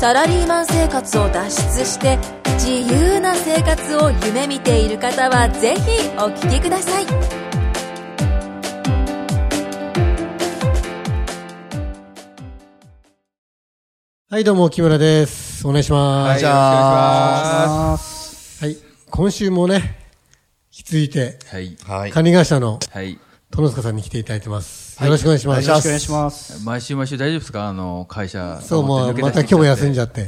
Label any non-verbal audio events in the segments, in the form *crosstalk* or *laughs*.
サラリーマン生活を脱出して自由な生活を夢見ている方はぜひお聞きくださいはい、どうも、木村です。お願いしまはい、す。よろしくお願いしはまい、今週もね、引き続いて、はい。はい。管理会社のはい。殿塚さんに来ていただいてます。よろしくお願いします。よろしくお願いします。毎週毎週大丈夫ですかあの、会社。そう、もう、また今日も休んじゃって。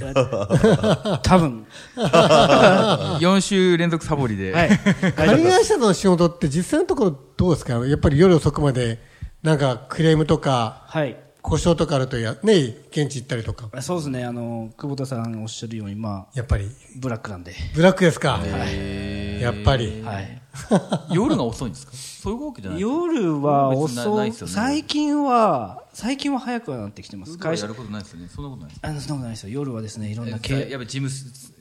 多分。ゃ4週連続サボりで。はい。大丈管夫理です会社の仕事って実際のところどうですかやっぱり夜遅くまで、なんかクレームとか、はい。故障とかあるとや、ね、現地行ったりとか。そうですね。あの、久保田さんおっしゃるように、まあ、やっぱり、ブラックなんで。ブラックですか、えやっぱり。はい。ー夜が遅いんですかそういうわけじゃない夜は別にな遅ないい。ですよね最近は、最近は早くはなってきてます。夜は会や社る、ことないですよね。そんなことないです。あの、そんなことないですよ。夜はですね、いろんなえやっぱり事務、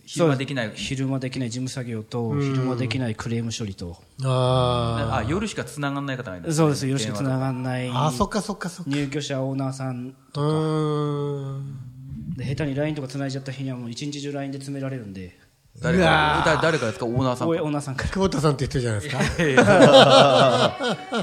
昼間できない。昼間できない事務作業と、昼間できないクレーム処理と。ああ、夜しか繋がんない方がいる。そうです。よろしく繋がんない。あ。あ、そっかそっかそっか。入居者、オーナーさん。うーん。で下手に LINE とか繋いじゃった日にはもう一日中 LINE で詰められるんで、誰か、だ誰からですかオーナーさんおいかオーナーさんから。久保田さんって人じゃないですか。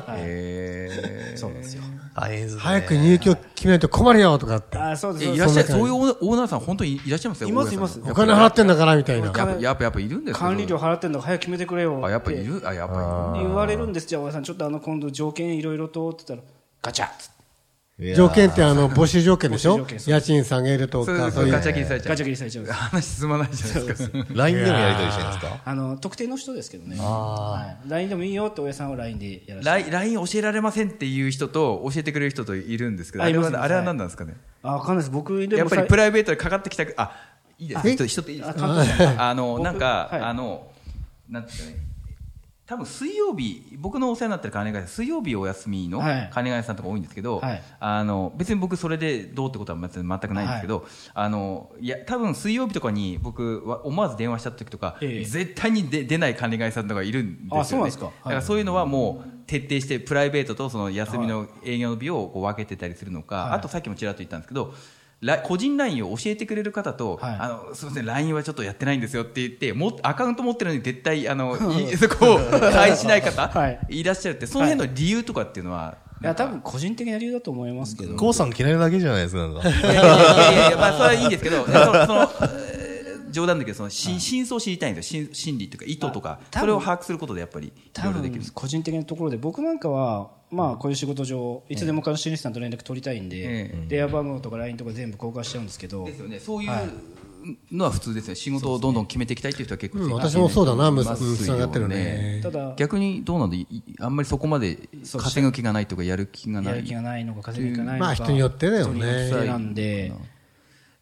えそうなんですよ。あ、ええぞ。早く入居決めないと困るよとかって。あー、そうです。ーそういですらっしゃそんな感じる、そういうオーナーオーナーさん本当にいらっしゃいますよ。います大家さんいお金払ってんだからみたいな。やっぱ、やっぱ、やっぱいるんですよ管理料払ってんだから早く決めてくれよあ、やっぱいるあ、やっぱ言われるんですじゃあおやさんちょっとあの今度条件いろいろとって言ったらガチャッつって条件ってあの、募集条件でし募ょ集条件そう家賃下げるといる。か、そそうういガう。チャ切りされちゃガチャう。切りされちゃう *laughs* んです話進まないじゃないですか。 LINE でもやりとりしてるんですかあの特定の人ですけどね、はい、LINE でもいいよっておやさんは LINE でやらせてライン LINE 教えられませんっていう人と教えてくれる人といるんですけど、ああれいますはねあれは何なんですかね、あ分かんないです僕でやもっさぱりプライベートでかかってきたく、あいいですね、人人っていいですあか、簡単です *laughs* ねあの僕なんか、はいあの、なんですかね、多分水曜日、僕のお世話になってる管理会社、水曜日お休みのはい管理会社さんとか多いんですけど、はいあの別に僕、それでどうってことは全くないんですけど、あのいや多分水曜日とかに僕、わ思わず電話した時とか、ええ絶対に出出ない管理会社さんとかいるんですよ、ね、あそうなんですかはいだからそういうのはもう徹底してプライベートとその休みの営業の日をこう分けてたりするのか、あとさっきもちらっと言ったんですけど、ラ個人 LINE を教えてくれる方と、はいあのすみません、LINE はちょっとやってないんですよって言って、もアカウント持ってるのに絶対あのい *laughs* そこを返しない方、、*laughs* はいらっしゃるって、その辺の理由とかっていうのは、いや多分個人的な理由だと思いますけどコウさん嫌いなだけじゃないですか、なんか。いやいやいやいや、まあ、それはいいんですけど、その *laughs* そのえー冗談だけどその、し真相を知りたいんですよ、し心理とか意図とか、多分それを把握することでやっぱり、いろ多いろでき分る。個人的なところで僕なんかはまあこういう仕事上いつでも管理主さんと連絡取りたいんでえ、電話番号とか LINE とか全部交換しちゃうんですけどですよね、そういうのは普通ですね、仕事をどんどん決めていきたいという人は結構、うん私もそうだな結構むすいますよつながってるねただ逆にどうなんで、いあんまりそこまで稼ぐ気がないとか、やる気がやなるい気、がないのか稼ぎがないのかまあ人によってだよ人によってね。なんで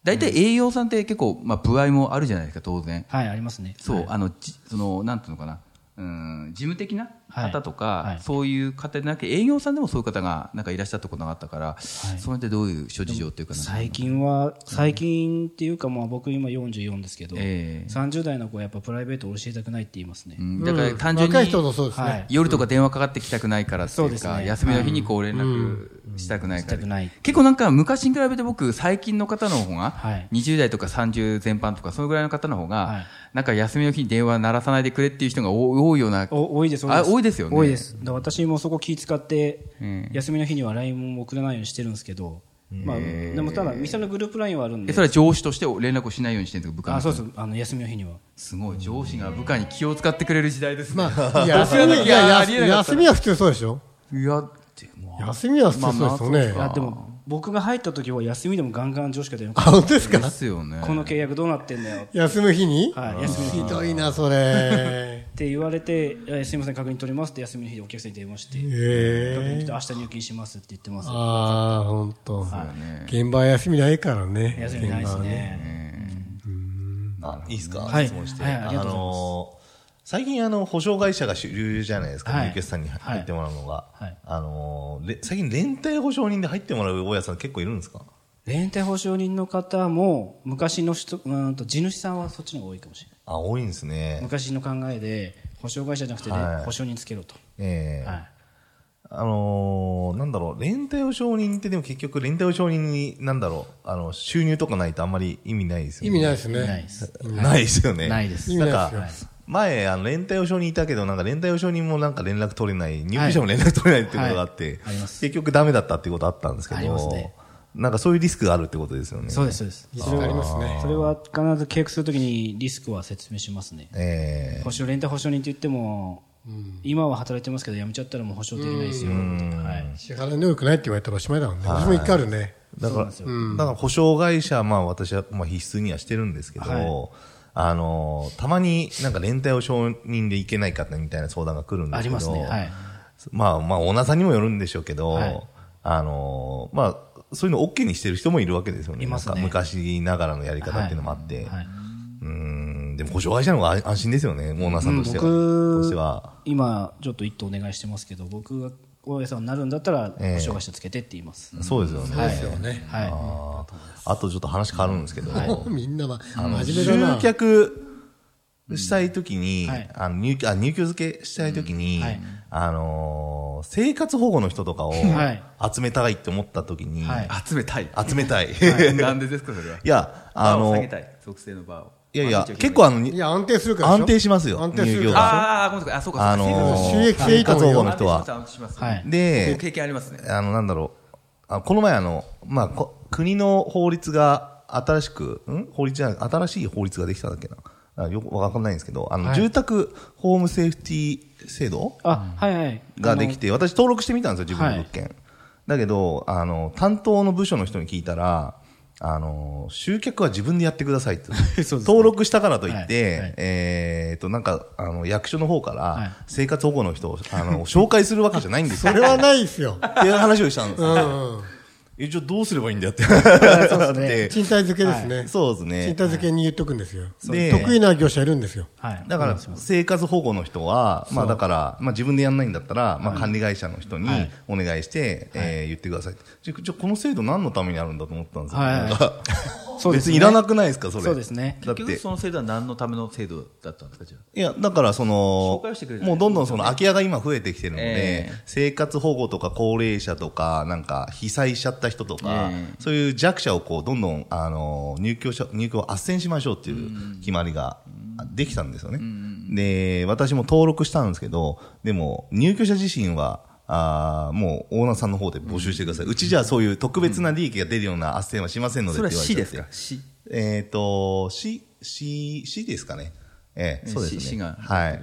大体営業さんって結構、まあ、部合もあるじゃないですか、当然、はいありますねそう、あのじそのなんていうのかな、うん、事務的なはい方とか、はいそういう方でなく、営業さんでもそういう方がなんかいらっしゃったことがあったから、それでどういう諸事情っていうかな、最近は最近っていうかまあ僕今44ですけど、ええ30代の子はやっぱプライベートを教えたくないって言いますね、うんだから単純に、若い人とそうですはね。い夜とか電話かかってきたくないからってそういでうすか、ね休みの日にこう連絡したくないから、したくない結構なんか昔に比べて僕最近の方の方が、はい20代とか30前半とかそのぐらいの方の方が、はいなんか休みの日に電話鳴らさないでくれっていう人が多多いようなお多いですあ多いですよね多いですだから私もそこ気使って、うん休みの日には LINE も送らないようにしてるんですけど、まあ、でもただ店のグループ LINE はあるんえでそれは上司として連絡をしないようにしてるんですか部下のあ人そうにそうあの休みの日にはすごい上司が部下に気を使ってくれる時代ですね、まあ、いや休み、いやや休みは普通そうでしょいやでも休みは普通そうですよあね。でも僕が入った時は休みでもガンガン上司から電話あ、本当ですでかすよねこの契約どうなってんだよ休む日にはい休みの日ひどいな、そ *laughs* れ。って言われて、えーすみません、確認取りますって休みの日でお客さんに電話して、確認ええ。取って明日入金しますって言ってます。ああ、本当ね。現場は休みないからね。休みないですね。あ、いいですか、はい質問して。はいありがとうございますのー最近あの保証会社が主流じゃないですか、はい入居者さんに入ってもらうのが、はいあのーれ最近連帯保証人で入ってもらう大家さん結構いるんですか連帯保証人の方も昔の人うーんと地主さんはそっちの方が多いかもしれないあ多いんですね、昔の考えで保証会社じゃなくて、ねはい保証人つけろと、ええはい、あのーなんだろう連帯保証人ってでも結局連帯保証人になんだろうあの収入とかないとあんまり意味ないですよね意味ないですないねで。すないですよね。ないです意味ななんいかです、前、あの、連帯保証人いたけど、なんか連帯保証人もなんか連絡取れない、入居者も連絡取れないっていうことがあって、はいあります結局ダメだったっていうことあったんですけありますど、ねなんかそういうリスクがあるってことですよね。そうですそうですリスクありますね。それは必ず契約するときにリスクは説明しますねええ保証連帯保証人と言っても、今は働いてますけど辞めちゃったらもう保証できないですよ、はい、支払い能力ないって言われたらおしまいだもんね。私も一回あるね。だから、だから保証会社、まあ私は、まあ、必須にはしてるんですけど、はいあのー、たまになんか連帯保証人でいけないかみたいな相談が来るんですありけど、ますねはいまあまあ、オーナーさんにもよるんでしょうけど、はいあのーまあ、そういうのを OK にしてる人もいるわけですよね。いますねなんか昔ながらのやり方っていうのもあって。はい、うーん、でも保証会社の方が安安心ですよね、オーナーさんとしては。としては。僕今ちょっと一頭お願いしてますけど僕が大家さんになるんだったらええ保証会社つけてって言います、そうですよね。はいはあーあとちょっと話変わるんですけど、みんなはあの真面目だな。集客したいときに、はいあの入居あ入居付けしたいときに、うんはいあのー生活保護の人とかをはい集めたいって思ったときに、はい集めたい。集めたい。なんでですか、それは。いや、あバーをの、下げいたい、属性のバーを。やいや、毎日を結構あ決めの、いにや、安定するからでしょ安定しますよ、安定す入る居たいかが。あーあー、ごめんなさい。あ、そうか、あの収益性いいと生活思う保よ護の人は。安定しますは安定しまいすで僕、経験ありますね。あの、なんだろう。あこの前あの、まあこ、国の法律が新しく、ん法律じゃない、新しい法律ができたんだっけな。あよくわかんないんですけど、あの、住宅ホームセーフティー制度い、あはいはいができて、私登録してみたんですよ、自分の物件。だけど、あの、担当の部署の人に聞いたら、あの、集客は自分でやってくださいっ *laughs* そて。うですね登録したからといって、はいはいえーっと、なんか、あの、役所の方かはいら、生活保護の人を、あの、紹介するわけじゃないんですよ。それはないですよ。 *laughs* っていう話をしたんですうよ。んうん。え、じゃあどうすればいいんだ *laughs* よっ *laughs* て。そうです賃貸付けですね。そうです賃ね。貸付けに言っとくんですよ。で得意な業者いるんですよ。はいだから、生活保護の人は、まあだから、まあ自分でやんないんだったら、まあ管理会社の人にはいお願いして、えー言ってくださいって。じゃあ、じゃあこの制度何のためにあるんだと思ったんですよ。はいなんかそうです *laughs* 別ねにいらなくないですか、それ。そうですねだっ結局てそ。の制度は何のための制度だったんですかじゃあいや、だからその紹介をしてくれ、るもうどんどんその空き家が今増えてきてるのでええ、生活保護とか高齢者とか、なんか被災しちゃった人とかえ、そういう弱者をこう、どんどん、あの、入居者、入居を斡旋しましょうっていう決まりができたんですよね。で、私も登録したんですけど、でも入居者自身は、あーもうオーナーさんの方で募集してください。うちじゃあそういう特別な利益が出るような斡旋はしませんのでっそれては言われち市ゃっですか市て。えっ、と、市、市、市ですかね。ええ、そうですね。市市がはい。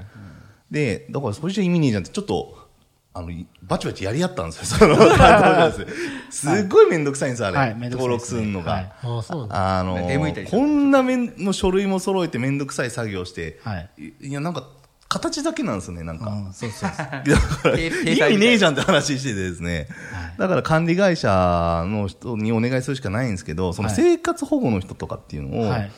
で、だからそれじゃ意味ねえじゃんって、ちょっと、あの、いバチバチやり合ったんですよ、そ *laughs* の担当者です。すっごいめんどくさいんです、あれ。はいめんどくさ登いで録すすねるのが。はいああ、そうなんだ。あの出向いたりするこんな面の書類も揃えてめんどくさい作業して、はいい、や、なんか、形だけなんですよね、なんか。うんそうそうそうだから停意滞みたいな味ねえじゃんって話しててですね、だから管理会社の人にお願いするしかないんですけど、そのはい生活保護の人とかっていうのを、はい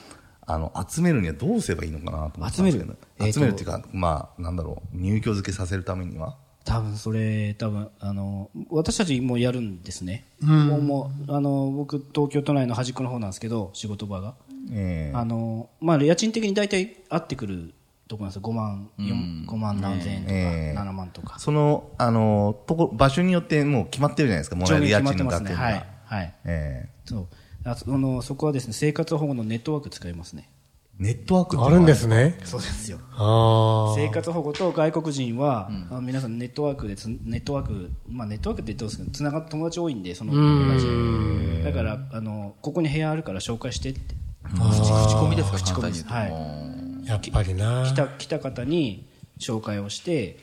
あの集めるにはどうすればいいのかなと思ったんですけ集どめる集めるっていうか、まあ、なんだろう、入居付けさせるためには。多分それ多分あの私たちもやるんですね、もうもうあの僕東京都内の端っこの方なんですけど仕事場がええあのまあ、家賃的に大体合ってくるとこなんですよ5万、四五万何千円とか、ええ7万とか、その、あの、とこ、場所によってもう決まってるじゃないですか、もらえる家賃の額とか。はい、はい、ええそうあそのそこはですね生活保護のネットワーク使いますねネットワークっていうのあはるんですね。そうですよあ生活保護と外国人は、あの皆さんネットワークでつネットワーク、まあ、ネットワークってどうですかつなが友達多いんでその友達だからあのここに部屋あるから紹介してって口コミですか口コミですはいあ、やっぱりな。来た来た方に紹介をして、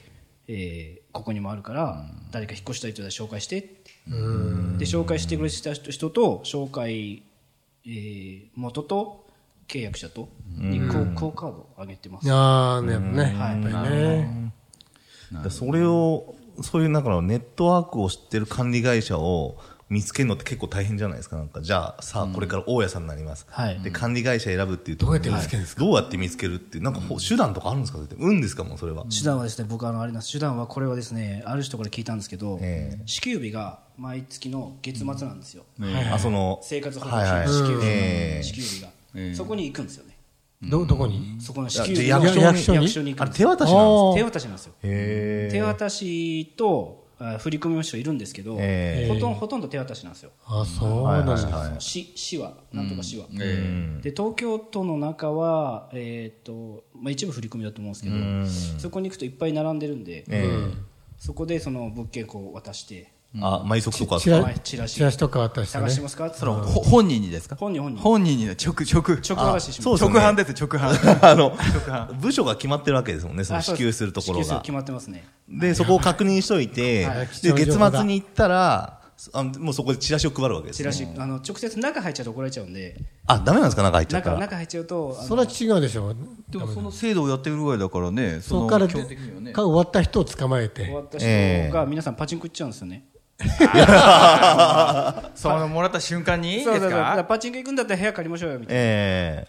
えーここにもあるから、誰か引っ越したい人は紹介してってで紹介してくれた人人と紹介、えー元と契約者とにクオクオカードを上げてます、ああ、ね、やっぱね。やっぱりね。だからそれを、そういうなんかのネットワークを知ってる管理会社を、見つけるのって結構大変じゃないですか。なんか、じゃあ、さあ、これから大家さんになります。はいで、管理会社選ぶっていうどうやって見つけるんですかどうやって見つけるっていう、なんかほ、手段とかあるんですか絶対運ですかもうそれは。手段はですね、僕あのあれなんです。手段はこれはですね、ある人から聞いたんですけど、ええ支給日が毎月の月末なんですよ。あ、その、生活保護はいは費い支給日えがえ支給日が、ええそこに行くんですよね。どどこにそこの支給日じゃのあ役所に役所に役所に行あくんれです手よ。渡しあなんーです手渡しなんですよ。へー手渡しとあ振り込みの人いるんですけど、ええほとんどほとんど手渡しなんですよ。あそうなんだ、はいはいはい市市は、なんとか市は。えで東京都の中は、えーとまあ、一部振り込みだと思うんですけど、そこに行くといっぱい並んでるんで、えそこでその物件こう渡して、えあ、毎足とか。チラはいチラシチラシとか渡して探してまねすかって *laughs* そのほ本人にですか本人本人本人に直直直渡ししあそまうす。直販です直販 *laughs* あの販、部署が決まってるわけですもんね、そのあそ支う給するとこ支ろ給すが決。まってますね。で、そこを確認しといて、はい貴で、重な情月報だ末に行ったら、あもうそこでチラシを配るわけですチねラ。シ、あの直接中入っちゃうと怒られちゃうんで、あ、ダメなんですか中入っちゃった中ら。中入っちゃうと、あのそれは違うでしょでもその制度をやってるぐらいだからねそのこから基本的にはねか終わった人を捕まえて終わったえ人がえ皆さんパチンコ行っちゃうんですよね。そのもらった瞬間にですそうそうそうだからかパチンコ行くんだったら部屋借りましょうよみたいえ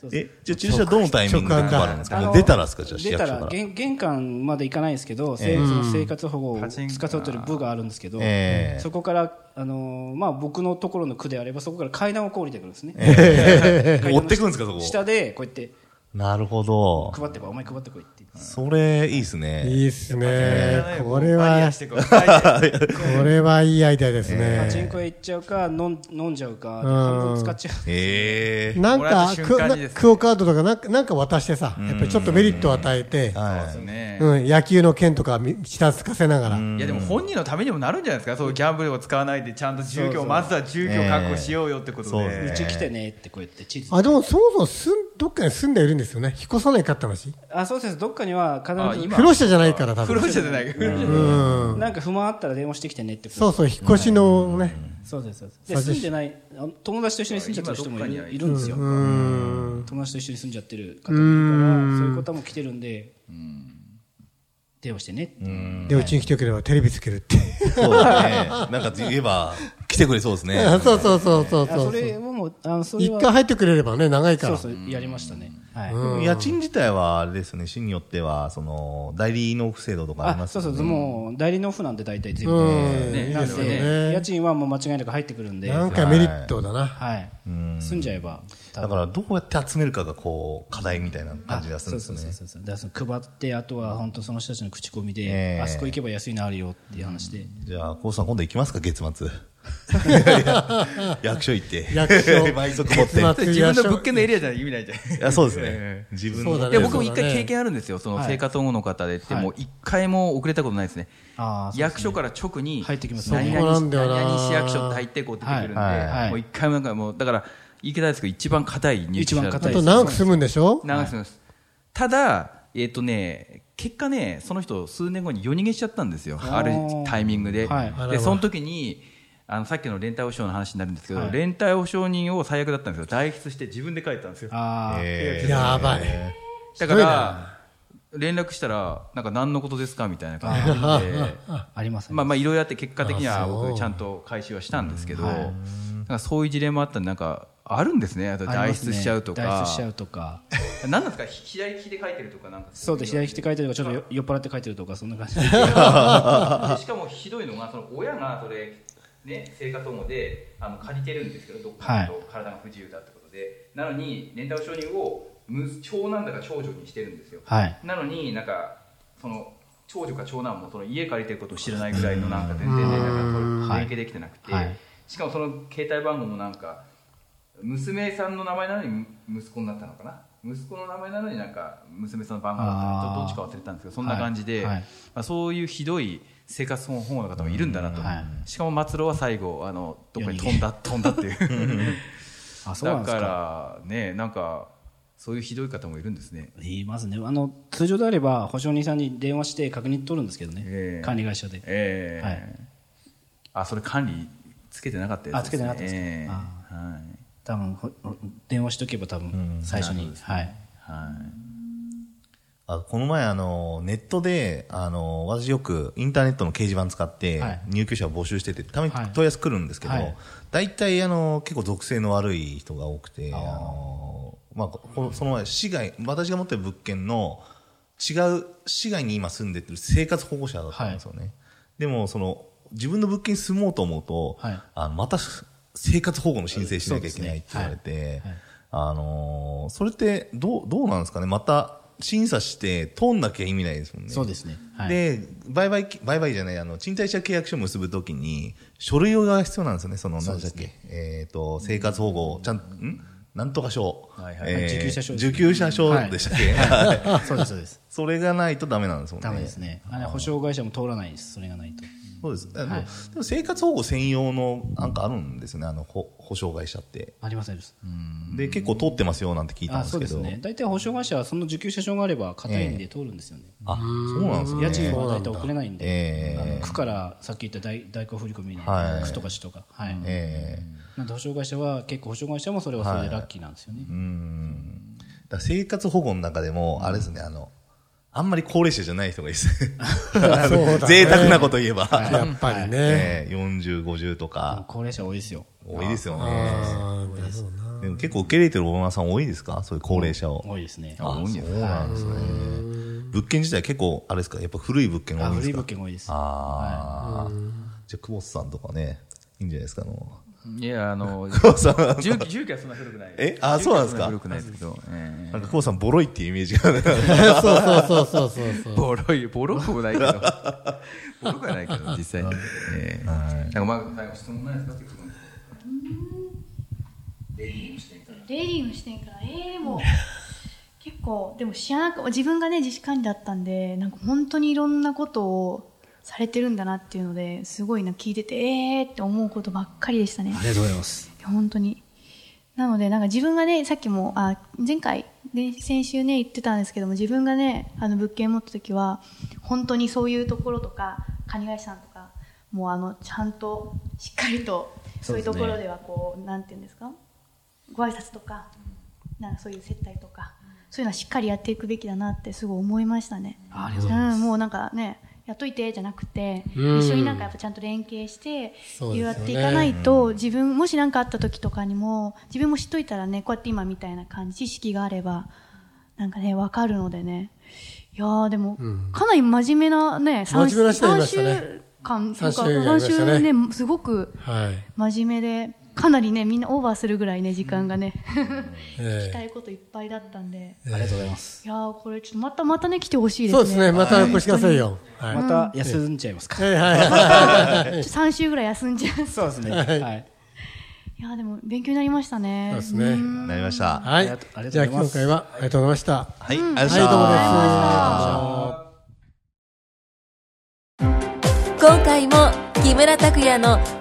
そえうそうえ、じゃあ駐車どのタイミングで配るんですな。あかの出たらですかじゃあ市出役た所らから。玄玄関まで行かないんですけど、ええ生その生活保護をパチンコな司ってる部があるんですけど、ええそこから、あのーまあ、僕のところの区であればそこから階段をこう降りてくるんですね、 *laughs* 追ってくんですかそこ。下でこうやってなるほど。配ってこいお前配ってこいってそれ、いいですね。いいっすねこれバリアはしてこうはいこれはいいアイデアですパチンねコへ行っちゃうか飲ん飲んじゃうかん半分使っちゃうええなんもらっかた瞬ク間なにですねクオカードとかなんかなんか渡してさやっぱりちょっとメリットを与えてそうではす *laughs* ねうん野球の件とかみちらつかせながらいやでも本人のためにもなるんじゃないですか、そういうギャンブルを使わないで、ちゃんと住居を、まずは住居を確保しようよってことそうですで、うち来てねってこうやって地図あでもそもそもすんどっかに住んでいるんですよね引っ越さないかって話あそうですどっかには必あず今不老者じゃないから多苦分労者じゃないか、不老者じゃないうんなんか不満あったら電話してきてねってことそうそう引っ越しのねそうですそうですで住んでないあの友達と一緒に住んじゃってる人もい今どっかるにいるんですようん友達と一緒に住んじゃってる方もいるからそういう方も来てるんで電話してねってでうちに来てくればテレビつけるってい。そうだね。なんか言えば、来てくれそうですね。 *laughs* そうそうそうそうあそそうれをもうあのそれ一は回入ってくれればね長いかそうらそうやりましたねはい家賃自体はあれですよね、市によっては、その、代理納付制度とかありまあすそようね。そうもう代理納付なんで大体全う部んいいなでんすよで家ね賃はもう間違いなく入ってくるんでなはんかメリットだない住んじゃえば多だ分から、どうやって集めるかが、こう、課題みたいな感じがするんですそうよそうね。そうそうだからその配ってあとは本当その人たちの口コミで、ええあそこ行けば安いのあるよっていう話で、じゃあ、コウさん今度行きますか、月末。役所行って。役所 *laughs* 倍速持って。月それ自分の物件のエリアじゃ意味ないじゃん。あそうですね。自分そうだの。ねいや僕も一そうだ回ね経験あるんですよ、そのはい生活保護の方でって、はいもう一回も遅れたことないですね、あーそうですね役所から直に、入ってきます何ねそこ々なんだよな何々市役所って入ってこう出てくるんで、はいはいもう一回もなんかもう、だから、言い方ですけど、一番硬い入居者だった一あ番硬いと長く住むんでしょ長く住みます、ただ、えっ、とね、結果ね、その人、数年後に夜逃げしちゃったんですよ、ーあるタイミングで、はいあらでらその時にあのさっきの連帯保証の話になるんですけど、はい連帯保証人を最悪だったんですよ、代筆して自分で書いたんですよ。あーえーやばいだかひどいらな、連絡したら、なんか何のことですかみたいな感じで、ありますね、まあまあいろいろあって結果的にはあそう僕ちゃんと回収はしたんですけど、なんかそういう事例もあったんで、なんかあるんですね、あとあり代ますね出しちゃうとか。代筆しちゃうとか何なんですかひ左利きで書いてるとかなんかそうです左利きで書いてるとかちょっとよ酔っ払って書いてるとかそんな感じででしかもひどいのがその親がそれ、ね、生活保護であの借りてるんですけどどっかの体が不自由だってことで、なのに年代保証人をむ長男だか長女にしてるんですよ、はいなのになんかその長女か長男もその家借りてることを知らないぐらいのなんか全然連絡が取れ連携できてなくて、はいしかもその携帯番号もなんか娘さんの名前なのにむ息子になったのかな息子の名前なのになんか娘さんの番号だったのあーかどっちか忘れたんですけどそんな感じで、はいはいまあ、そういうひどい生活保護の方もいるんだなと、はいしかも松郎は最後あのどっかに飛んだ飛んだっていう *laughs* あそうなんだですかからねなんかそういうひどい方もいるんですね言いますねあの通常であれば保証人さんに電話して確認取るんですけどね、ええ管理会社で、ええはいあそれ管理つけてなかったやつです、ね、あつけてなかったですかええあはい多分ほ電話しとけば多分最初に、はいはい。あこの前、あの、ネットで、あの、私よくインターネットの掲示板使ってはい、入居者を募集してて、たまにはい問い合わせ来るんですけどはい、大体、あの、結構属性の悪い人が多くて、あの、まあ、ここその前、市外、私が持ってる物件の違う市外に今住んでてる生活保護者だったんですよね。でも、その、自分の物件に住もうと思うとはい、あのまた生活保護の申請しなきゃいけないって言われてはいはい、あのーそれってどう、どうなんですかねまた審査して通んなきゃ意味ないですもんね。そうですねはいで、売買、売買じゃない、あの、賃貸借契約書を結ぶときに、書類が必要なんですよね、その、何でしたっけ、えっ、と、生活保護、ちゃん、んなんとか証。はいはい受給者証ですね受給者証でしたっ *laughs* け、そうですそうです *laughs* それがないとダメなんですもんね。ダメですねあれ保証会社も通らないですそれがないとそうです。あのでも生活保護専用の、なんかあるんですよね、あの、ほ保証会社って。ありませんですで、結構通ってますよ、なんて聞いたんあでそすうけですど。ね大体保証会社はその受給者証があれば硬いんで通るんですよねあ、そうなんですね。家賃は大体遅れないんでええあの区からさっき言った代代行振込にはい区とか市とかはいええなんで保証会社は結構保証会社もそれはそれでラッキーなんですよねだから生活保護の中でも、あれですね、あの、あんまり高齢者じゃない人がいいですね。ね *laughs* 贅沢なこと言えば。やっぱりね。ええ40、50とあか、高齢者多いですよ多いですよね。あーなるほどなでも結構受け入れてるオーナーさん多いですかそういう高齢者を。多いですねあ、そうなんですね。物件自体結構、あれですかやっぱ古い物件があ多いん古ですいか物件多いですああ。じゃあ、久保田さんとかね、いいんじゃないですかあの。いや、あ *laughs* の、久保田さん、住居住居はそんな古くないです。えあそうなんですか住居はそんな古くないですけど。えなんか久保田さん、ボロいっていうイメージがある。そうそうそうそうそうえそう。ボロい、ボロくもない *laughs* けど。ボロくはないけど、実際に。ええなんか、マーク最後質問ないですかってことなんですけどレディーもしてみたら。レーディングしてんからええでも結構でも知らなく自分がね自主管理だったんでなんか本当にいろんなことをされてるんだなっていうのですごいな聞いててええー、って思うことばっかりでしたねありがとうございます本当になのでなんか自分がねさっきもあ前回で先週ね言ってたんですけども自分がねあの物件持った時は本当にそういうところとか蟹会社さんとかもうあのちゃんとしっかりとそそうでういすうねところではこうなんていうんですかご挨拶とかなんかそういう接待とかそういうのはしっかりやっていくべきだなってすごい思いましたね。あありがとうございますん、もうなんかねやっといてじゃなくて、うん一緒になんかやっぱちゃんと連携してそうですよやねっていかないと自分もし何かあった時とかにも自分も知っといたらねこうやって今みたいな感じ知識があればなんかね分かるのでねいやーでも、かなり真面目なね真面目な人いま3したね週間三週やりま3したね週ねすごくはい。真面目でかなりねみんなオーバーするぐらいね時間がね、聞え *laughs* きたえいこといっぱいだったんでありがとうございますいやーこれちょっとまたまたね来てほしいですそねうですね。またお越しくださいよ。はい。また休んじゃいますかはいはいはい。 3週ぐらい休んじゃ *laughs* うそうですねはいいやーでも勉強になりましたねそうですね。なりました。はありがいとうあり。がじとゃうあございま今す回はありがとうございました。はい、ありがとうございましはい、どうもた。です。今回も木村拓哉の